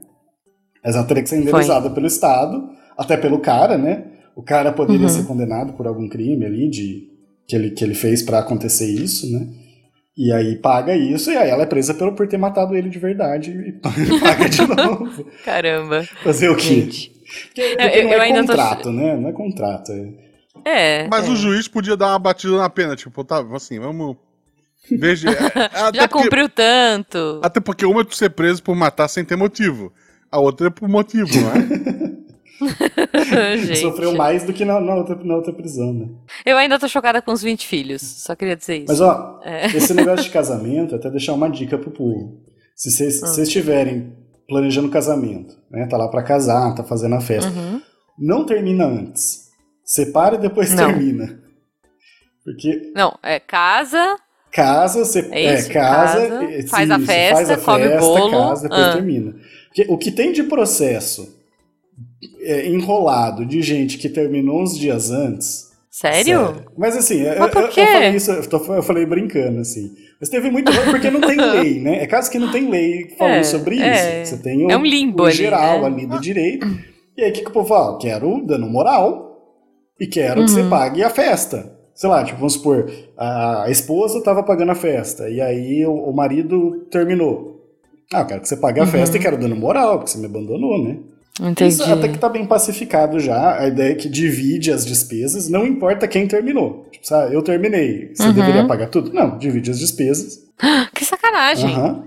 Mas ela teria que ser indenizada pelo Estado, até pelo cara, né? O cara poderia Uhum. ser condenado por algum crime ali de, que, ele, que ele fez pra acontecer isso, né? E aí paga isso, e aí ela é presa (laughs) pelo, por ter matado ele de verdade e (laughs) paga de novo. Caramba. Fazer o quê? Gente. Porque, porque Eu- eu não é ainda tô- contrato, né? Não é contrato. é. É. Mas é. o juiz podia dar uma batida na pena, tipo, tá, assim, vamos. (laughs) Desde. é até, Já porque, cumpriu (laughs) tanto. até porque uma é tu ser preso por matar sem ter motivo. A outra é por motivo, né? (laughs) Gente. Sofreu mais do que na, na outra, na outra prisão, né? Eu ainda tô chocada com os 20 filhos. Só queria dizer isso. Mas ó, É. (laughs) esse negócio de casamento, até deixar uma dica pro povo. Se Ah. vocês se vocês estiverem planejando casamento, né? Tá lá pra casar, tá fazendo a festa. Uhum. Não termina antes. Separa e depois Não. termina. Porque Não, é casa, casa, você É é, isso, casa, casa, e- faz a isso, festa, faz a come o festa, bolo, casa, depois ah. termina. Porque o que tem de processo é, enrolado de gente que terminou uns dias antes, sério? Mas assim, eu, Mas por eu- eu quê? falei isso, eu, tô- eu falei brincando, assim. Mas teve muito. Porque (laughs) não tem lei, né? É caso que não tem lei falando É, sobre é. isso. Você tem o, É um limbo o ali, geral né? ali do direito. E aí o que, que o povo fala? Quero dando moral e quero que você Uhum. pague a festa. Sei lá, tipo, vamos supor, a a esposa tava pagando a festa, e aí o, o marido terminou. Ah, eu quero que você pague a Uhum. festa e quero dando moral, porque você me abandonou, né? Isso até que tá bem pacificado já. A ideia é que divide as despesas, não importa quem terminou. Tipo, sabe, eu terminei. Você Uhum. deveria pagar tudo? Não, divide as despesas. (laughs) Que sacanagem. Aham.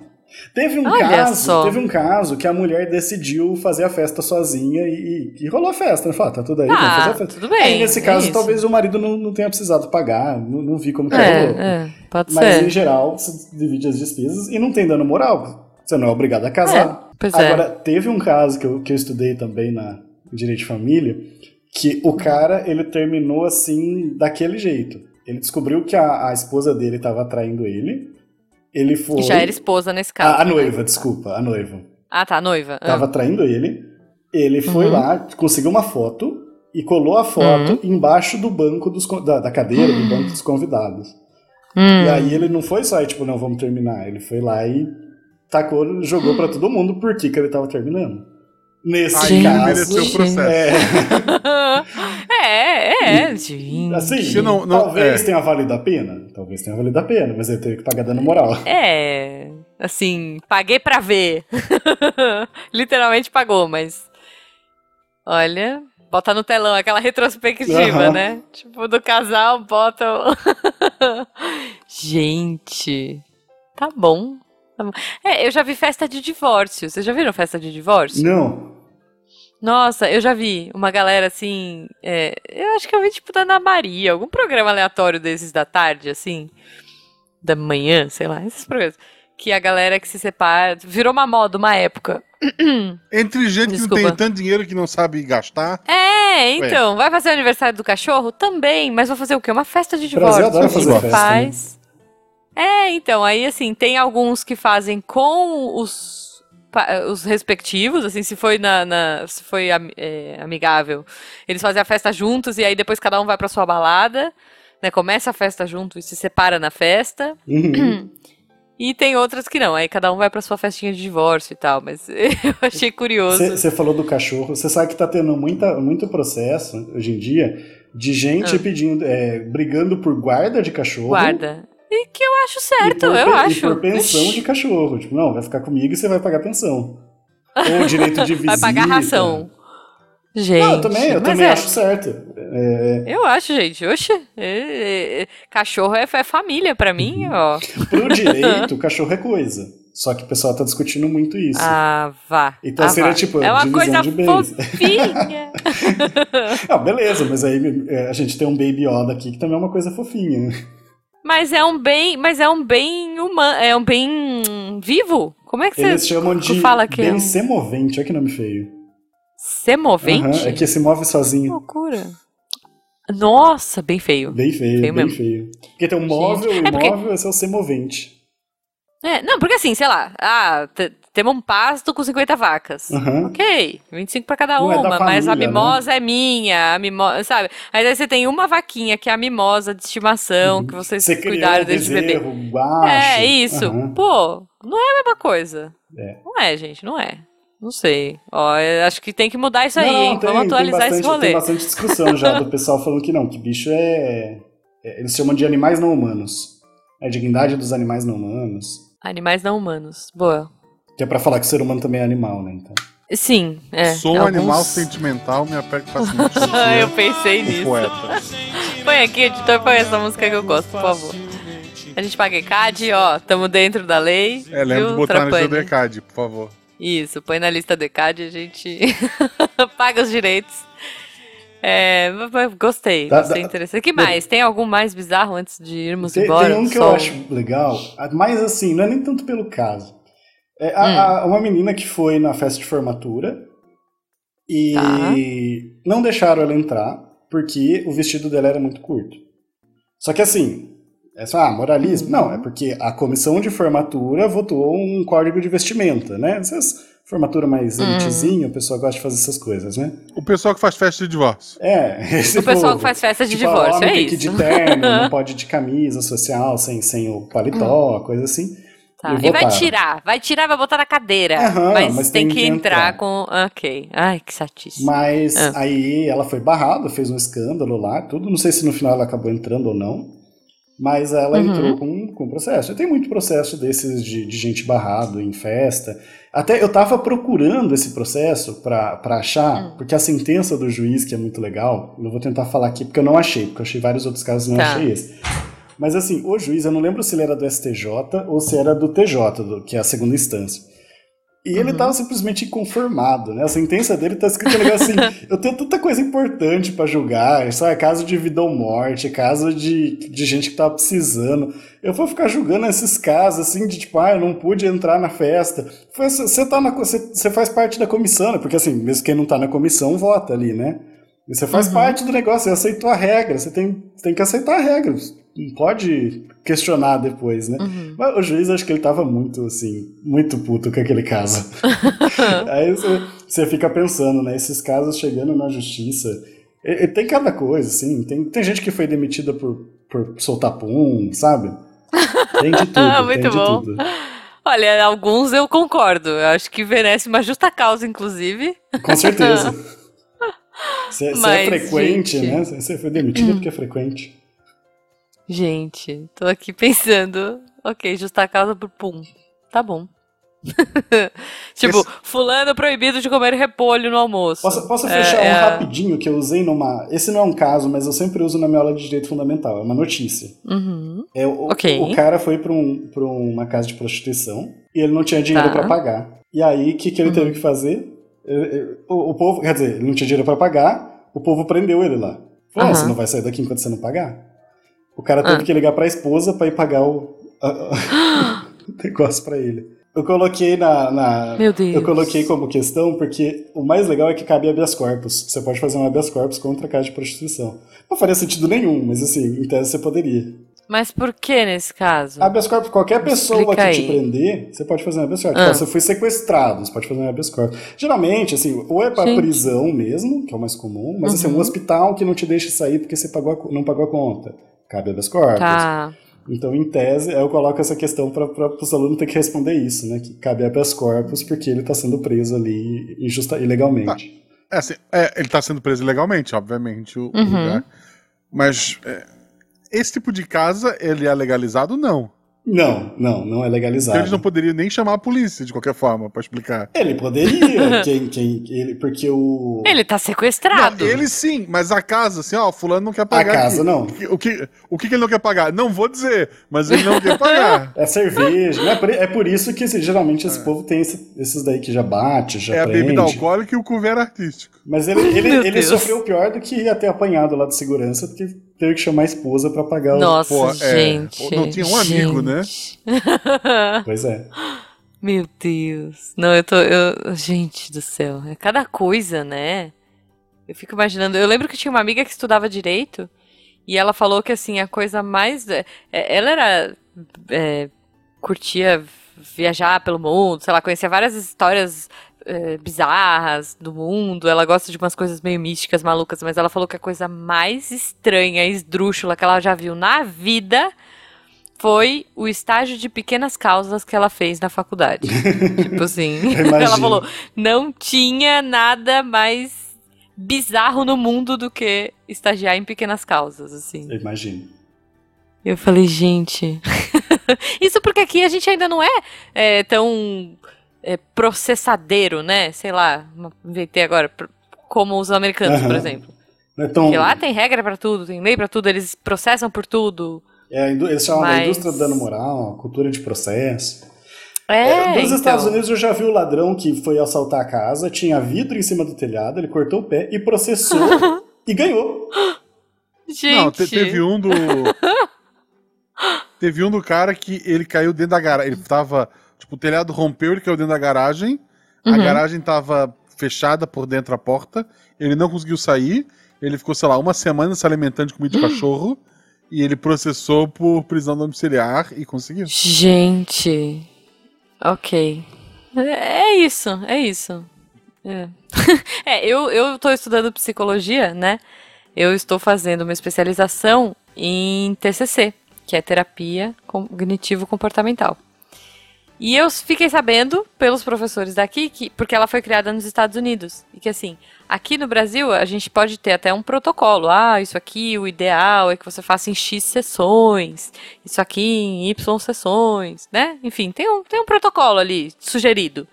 Teve um Olha caso, só. teve um caso que a mulher decidiu fazer a festa sozinha e, e- e rolou a festa. Ela falou, ah, tá tudo aí, vamos fazer a Ah, festa. tudo bem. aí, nesse é caso, isso. talvez o marido não, não tenha precisado pagar, não, não vi como que rolou. É, é, pode Mas em ser. geral, você divide as despesas e não tem dano moral. Você não é obrigado a casar. Pois é. Agora, teve um caso que eu, que eu estudei também na em Direito de Família, que o cara, ele terminou assim, daquele jeito. Ele descobriu que a, a esposa dele estava traindo ele. Ele foi... Que já era esposa nesse caso. a, a né? noiva, desculpa, a noiva. Ah, tá, a noiva. Ah. Tava traindo ele. Ele foi Uhum. lá, conseguiu uma foto e colou a foto Uhum. embaixo do banco dos, con- da, da cadeira, do banco dos convidados. Hum. E aí ele não foi só, tipo, não, vamos terminar. Ele foi lá e tacou, jogou pra todo mundo por que que ele tava terminando. Nesse Aí Gente. ele caso. mereceu o processo. (laughs) é, é, é, gente. assim, Se não- não- talvez é. tenha valido a pena. Talvez tenha valido a pena, mas ele teve que pagar dando moral. É, assim, paguei pra ver. (laughs) Literalmente pagou, mas. Olha, bota no telão aquela retrospectiva, Aham. né? Tipo, do casal, bota. o- (laughs) Gente, tá bom. tá bom. É, eu já vi festa de divórcio. Vocês já viram festa de divórcio? Não. Nossa, eu já vi uma galera assim. é, eu acho que eu vi tipo da Ana Maria, algum programa aleatório desses da tarde, assim. Da manhã, sei lá, esses programas. Que a galera que se separa. Virou uma moda, uma época. Entre gente Desculpa. que não tem tanto dinheiro que não sabe gastar. É, então, vai fazer o aniversário do cachorro? Também, mas vou fazer o quê? Uma festa de O Brasil divórcio. adora divórcio, fazer divórcio. festa. né? faz. É, então, aí assim, tem alguns que fazem com os, pa- os respectivos, assim, se foi na, na- se foi ami- é, amigável, eles fazem a festa juntos e aí depois cada um vai pra sua balada, né? Começa a festa junto e se separa na festa. Uhum. E tem outras que não, aí cada um vai pra sua festinha de divórcio e tal, mas (laughs) eu achei curioso. Você falou do cachorro. Você sabe que tá tendo muita, muito processo hoje em dia de gente Ah. pedindo, é, brigando por guarda de cachorro. Guarda. E que eu acho E certo, por eu pe- acho. E por pensão Ixi. de cachorro. Tipo, não, vai ficar comigo e você vai pagar pensão. Ou direito de (laughs) visita. Vai pagar ração. Gente, Não, eu também, eu mas também é, acho certo. É, Eu acho, gente. Oxe, é- é- é- cachorro é, é família pra mim, Uhum. ó. (laughs) pro direito, o cachorro é coisa. Só que o pessoal tá discutindo muito isso. Ah, vá. Então ah, seria vá. tipo é uma divisão coisa de bens. fofinha. (laughs) Ah, beleza, mas aí é, a gente tem um Baby Yoda aqui que também é uma coisa fofinha. mas é um bem, mas é um bem humano, é um bem hum, vivo. Como é que Eles você chamam de fala que é bem um- semovente, olha que nome feio. se movente? Aham, é que se move Que sozinho. loucura. Nossa, bem feio. Bem feio, Feio bem mesmo. feio. Porque tem um móvel, É porque- imóvel, esse é o semovente. É, não, porque assim, sei lá, ah, te- temos um pasto com 50 vacas. Aham. Ok, 25 pra cada Não é da uma, mas a família, mimosa é minha, a mimosa, sabe? Aí daí você tem uma vaquinha que é a mimosa de estimação que vocês Uhum. Você cuidaram criou um desde bebê. bezerro, guacho. É, isso. Aham. Pô, não é a mesma coisa. É. Não é, gente, não é. Não sei. Ó, eu acho que tem que mudar isso aí, Não, hein? tem- Vamos tem atualizar esse bastante- rolê. Tem bastante discussão já do pessoal falando que não, que bicho é, é- Eles chamam de animais não humanos. É a dignidade dos animais não humanos. Animais não humanos. Boa. Que é pra falar que o ser humano também é animal, né? Então. Sim, é. Sou um alguns- animal sentimental, me apego facilmente. Ah, (laughs) eu pensei o nisso. um poeta. Põe aqui, editor, põe essa música que eu gosto, por favor. A gente paga ECAD, ó, tamo dentro da lei. É, lembra viu, de botar na lista do Trapani? ECAD, por favor. Isso, põe na lista do ECAD, a gente (laughs) paga os direitos. É, mas- mas gostei, Dá- gostei dá- interessante. O que mais? Tem algum mais bizarro antes de irmos tá. Tem, embora? tem um do que eu sol? acho legal, mas assim, não é nem tanto pelo caso. É Hum. a- a- uma menina que foi na festa de formatura e Tá. não deixaram ela entrar porque o vestido dela era muito curto. Só que assim, é só, ah, Uhum. moralismo. Não, é porque a comissão de formatura votou um código de vestimenta, né? Essas formatura mais Hum. elitezinha, o pessoal gosta de fazer essas coisas, né? O pessoal que faz festa de divórcio. É, (laughs) esse O pessoal povo. que faz festa de Tipo, divórcio, homem é tem que ir de isso. terno, (laughs) não pode ir de camisa social, sem, sem o paletó, coisa assim. Tá, Eu E vou vai parar. tirar, vai tirar, vai botar na cadeira. Aham, mas, mas tem tem que que entrar, entrar. com. Ok. Ai, que satíssimo. Mas Ah. aí ela foi barrada, fez um escândalo lá, tudo. Não sei se no final ela acabou entrando ou não. Mas ela Uhum. entrou com, com processo. E tem muito processo desses de, de gente barrado em festa. Até eu tava procurando esse processo pra, pra achar, Hum. porque a sentença do juiz, que é muito legal, eu vou tentar falar aqui, porque eu não achei, porque eu achei vários outros casos e não Tá. achei esse. Mas assim, o juiz, eu não lembro se ele era do STJ ou se era do TJ, do- que é a segunda instância. E ele Uhum. tava simplesmente inconformado, né? A sentença dele tá escrita legal (laughs) assim: eu tenho tanta coisa importante pra julgar, isso é caso de vida ou morte, caso de, de gente que tava precisando. Eu vou ficar julgando esses casos, assim, de tipo, ah, eu não pude entrar na festa. Foi- Você tá na co- você você faz parte da comissão, né? Porque assim, mesmo quem não tá na comissão vota ali, né? E Você faz Uhum. parte do negócio, você aceitou a regra, você tem, tem que aceitar a regra, não pode questionar depois, né? Uhum. (laughs) Mas o juiz, acho que ele tava muito, assim, muito puto com aquele caso. (laughs) Aí você, você fica pensando, né? Esses casos chegando na justiça. E, e tem cada coisa, assim. Tem, tem gente que foi demitida por, por soltar pum, sabe? Tem de (laughs) Ah, tudo. muito tem bom. De tudo. Olha, alguns eu concordo. Eu acho que merece uma justa causa, inclusive. Com certeza. Você você é Mas, frequente, gente. né? Você você foi demitido porque é frequente. Gente, tô aqui pensando. Ok, justa causa por pum. Tá bom. (laughs) tipo, fulano proibido de comer repolho no almoço. Posso, posso É, fechar é um a- rapidinho que eu usei numa. Esse não é um caso, mas eu sempre uso na minha aula de direito fundamental. É uma notícia. Uhum. É, o, Ok. o cara foi pra, um- pra uma casa de prostituição e ele não tinha dinheiro Tá. Uhum. pra pagar. E aí, o que, que ele teve que fazer? Eu- eu- o, o povo, quer dizer, ele não tinha dinheiro pra pagar, o povo prendeu ele lá. Falou, "Ah, Aham. você não vai sair daqui enquanto você não pagar? O cara teve Ah. que ligar pra esposa pra ir pagar o, (gasps) a- a- o negócio pra ele. Eu coloquei na... na- Meu Deus. eu coloquei como questão porque o mais legal é que cabe habeas corpus. Você pode fazer um habeas corpus contra a casa de prostituição. Não faria sentido nenhum, mas assim, em tese você poderia. Mas por que nesse caso? Habeas corpus, qualquer pessoa Explica que te aí. prender, você pode fazer um habeas corpus. Ah. Então, Você foi sequestrado, você pode fazer um habeas corpus. Geralmente, assim, ou é pra Gente. prisão mesmo, que é o mais comum, mas assim, Uhum. um hospital que não te deixa sair porque você pagou a co- não pagou a conta. Cabe habeas corpus. Tá. Então, em tese, eu coloco essa questão para os alunos ter que responder isso, né? Que cabe habeas corpus porque ele tá sendo preso ali injusta, ilegalmente. É assim, é, ele tá sendo preso legalmente, obviamente, o, o Uhum. lugar. Mas é, esse tipo de casa, ele é legalizado ou não? Não, não, não é Então legalizado. eles não poderiam nem chamar a polícia, de qualquer forma, pra explicar. Ele (laughs) poderia, quem, quem, ele, porque o... Ele tá Não, sequestrado. ele sim, mas a casa, assim, ó, fulano não quer A pagar. casa, não. aqui. O que, o que que ele não quer pagar? Não vou dizer, mas ele não (laughs) quer pagar. É cerveja. né? É por- É por isso que esse- geralmente esse povo tem esse- esses daí que já bate, já É a prende. bebida alcoólica e o cover artístico. Mas ele, ele, (laughs) Meu ele Deus. sofreu pior do que ia ter apanhado lá de segurança, porque teve que chamar a esposa pra pagar o. Nossa, Pô, é, gente. não tinha um amigo, né? né? Pois é. (laughs) Meu Deus. Não, eu tô. Eu... Gente do céu. É cada coisa, né? Eu fico imaginando. Eu lembro que tinha uma amiga que estudava direito e ela falou que, assim, a coisa mais. é, Ela era. é, curtia viajar pelo mundo, sei lá, conhecia várias histórias é, bizarras do mundo. Ela gosta de umas coisas meio místicas, malucas, mas ela falou que a coisa mais estranha, esdrúxula que ela já viu na vida foi o estágio de pequenas causas que ela fez na (laughs) faculdade. tipo assim, Eu imagino. (laughs) ela falou, não tinha nada mais bizarro no mundo do que estagiar em pequenas causas, assim. Eu imagino. Eu (laughs) falei, gente. Isso porque aqui a gente ainda não é, é, tão é, processadeiro, né? Sei lá, inventei agora. pr- Como os americanos, Aham. por exemplo. Não é tão- Porque lá tem regra pra tudo, tem lei pra tudo, eles processam por tudo. é, a indú- eles chamam a Mas- indústria do dano moral, a cultura de processo. É, Nos então. Estados Unidos eu já vi o ladrão que foi assaltar a casa, tinha vidro em cima do telhado, ele cortou o pé (laughs) e processou e ganhou. Gente, Não, te- teve (laughs) um do. teve um do cara que ele caiu dentro da garagem. Ele tava. Tipo, o telhado rompeu, ele caiu dentro da garagem. A Uhum. garagem tava fechada por dentro a porta. Ele não conseguiu sair. Ele ficou, sei lá, uma semana se alimentando de Uhum. comida de cachorro. E ele processou por prisão domiciliar e conseguiu. Gente. Ok. É- É isso, é isso. É, (laughs) É, eu, eu tô estudando psicologia, né? Eu estou fazendo uma especialização em TCC, que é terapia cognitivo-comportamental. E eu fiquei sabendo pelos professores daqui, que, porque ela foi criada nos Estados Unidos. E que assim, aqui no Brasil a gente pode ter até um protocolo. Ah, isso aqui, o ideal é que você faça em X sessões isso aqui em Y sessões, né? Enfim, tem um, tem um protocolo ali sugerido.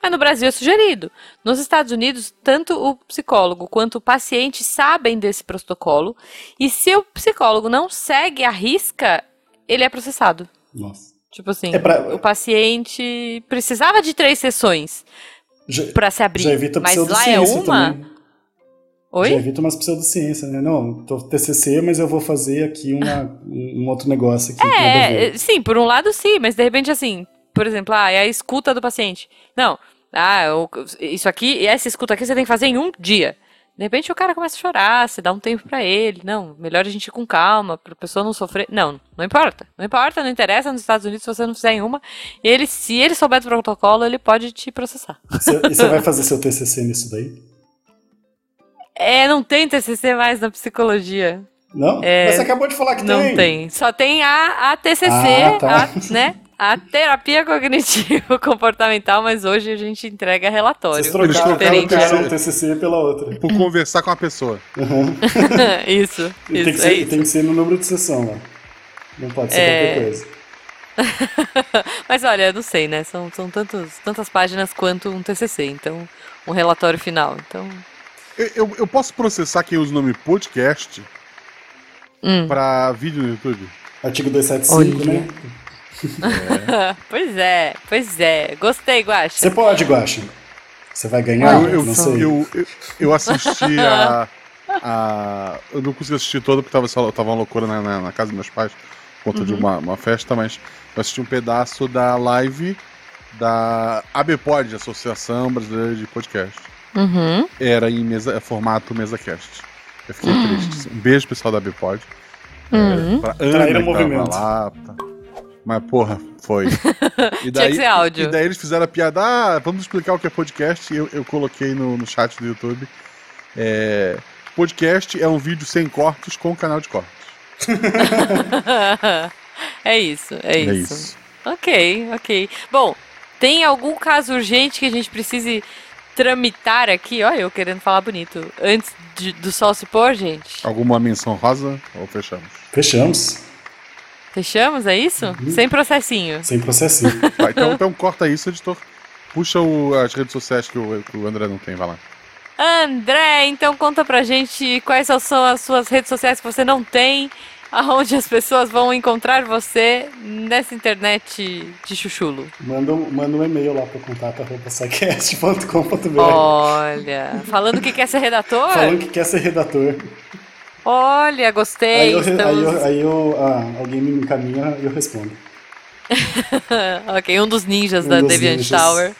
Mas no Brasil é sugerido. Nos Estados Unidos, tanto o psicólogo quanto o paciente sabem desse protocolo. E se o psicólogo não segue a risca, ele é processado. Nossa. Tipo assim, É pra- o paciente precisava de três sessões Já, pra se abrir. já evita mas lá é pseudociência uma. também. Oi? Já evita umas pseudociências, né? Não, tô TCC, mas eu vou fazer aqui uma- um um outro negócio aqui. nada a ver. É, é, sim, por um lado sim, mas de repente assim, por exemplo, ah, é a escuta do paciente. Não, ah, eu- isso aqui, essa escuta aqui você tem que fazer em um dia. De repente o cara começa a chorar, você dá um tempo pra ele. Não, melhor a gente ir com calma, pra pessoa não sofrer. Não, não importa. Não importa, não interessa nos Estados Unidos se você não fizer em uma. Ele, se ele souber do protocolo, ele pode te processar. Cê- E você vai fazer seu TCC nisso daí? É, não tem TCC mais na psicologia. Não? É, Mas você acabou de falar que Não tem. tem. Só tem a, a TCC, Ah, tá. a, né? A terapia cognitivo (laughs) comportamental, mas hoje a gente entrega Vocês relatório. Eles trocaram, trocaram trocaram o um TCC pela outra. Uhum. Por conversar com a pessoa. Uhum. (laughs) isso, E isso, tem, que é ser, isso. tem que ser no número de sessão, né? Não pode ser É. qualquer coisa. Mas olha, eu não sei, né? São, são tantos, tantas páginas quanto um TCC, então um relatório final. Então, (laughs) Eu, eu- eu posso processar quem usa o nome podcast hum. pra vídeo no YouTube? Artigo 275, Olha. né? pois é, pois é. Gostei, Guaxa. Você pode, Guaxa. Você vai ganhar? eu, eu, Ah, não sei. eu, eu- eu assisti a, a- Eu não consegui assistir toda porque tava, sei lá, tava uma loucura na, na- na casa dos meus pais por conta de uma, uma festa, mas eu assisti um pedaço da live da ABPOD, Associação Brasileira de Podcast. Uhum. Era em mesa, é formato MesaCast. Eu fiquei triste. Um beijo, pessoal da ABPOD. É. Uhum. Pra Traíram Ana, o que tava movimento. lá. tá. Mas, porra, foi. E Tinha que ser áudio. e daí eles fizeram a piada, ah, vamos explicar o que é podcast. E eu, eu coloquei no, no chat do YouTube. É, podcast é um vídeo sem cortes com canal de cortes. (laughs) é isso, é isso. Ok, ok. Bom, tem algum caso urgente que a gente precise tramitar aqui? Olha, eu querendo falar bonito. Antes de- do sol se pôr, gente. Alguma menção rosa? Ou fechamos? Fechamos. Fechamos, é isso? Uhum. Sem processinho. Sem processinho. Tá, então, então corta isso, editor. Puxa o- as redes sociais que o, que o André não tem, (laughs) vai lá. André, então conta pra gente quais são as suas redes sociais que você não tem, aonde as pessoas vão encontrar você nessa internet de chuchulo. (laughs) manda, um- manda um e-mail lá pro contato arroba sacast.com.br Olha, falando que quer ser redator? falando que quer ser redator. Olha, Aí gostei. eu, re- aí É estamos- eu, aí eu- ah, alguém me encaminha e eu respondo. (laughs) ok, um dos ninjas Um da dos Deviant ninjas. Tower.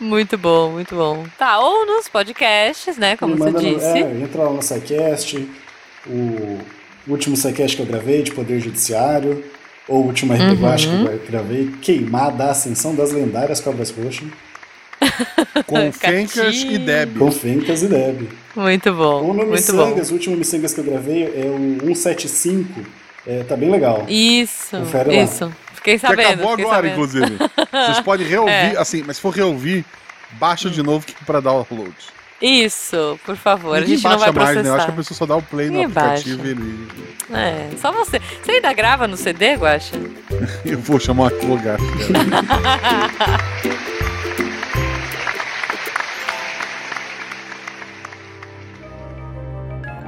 Muito bom, muito bom. Tá, ou nos podcasts, né? Como Me você manda no- disse. é, entra lá no SciCast, o último SciCast que eu gravei de Poder Judiciário, ou o último RPGuache Uhum. que eu gravei, Queimada, a Ascensão das Lendárias Cobras Roxas, Com Fencas Catinho. e Deb. com Fencas e Deb. Muito bom. Ou no Muito bom. Missangas, o último Missangas que eu gravei é o 175, é, tá bem legal. Isso, Confere lá. isso. Tá Fiquei Que sabendo. acabou fiquei agora, sabendo. inclusive. Vocês podem reouvir, É. assim, mas se for reouvir, baixa de novo que- pra dar o upload. (laughs) Isso, por favor. Ninguém a gente não vai baixa mais, processar. né? Eu acho que a pessoa só dá o play no Ninguém aplicativo baixa. e ele. É, só você. Você ainda grava no CD, Guaxa? Eu vou chamar um advogado.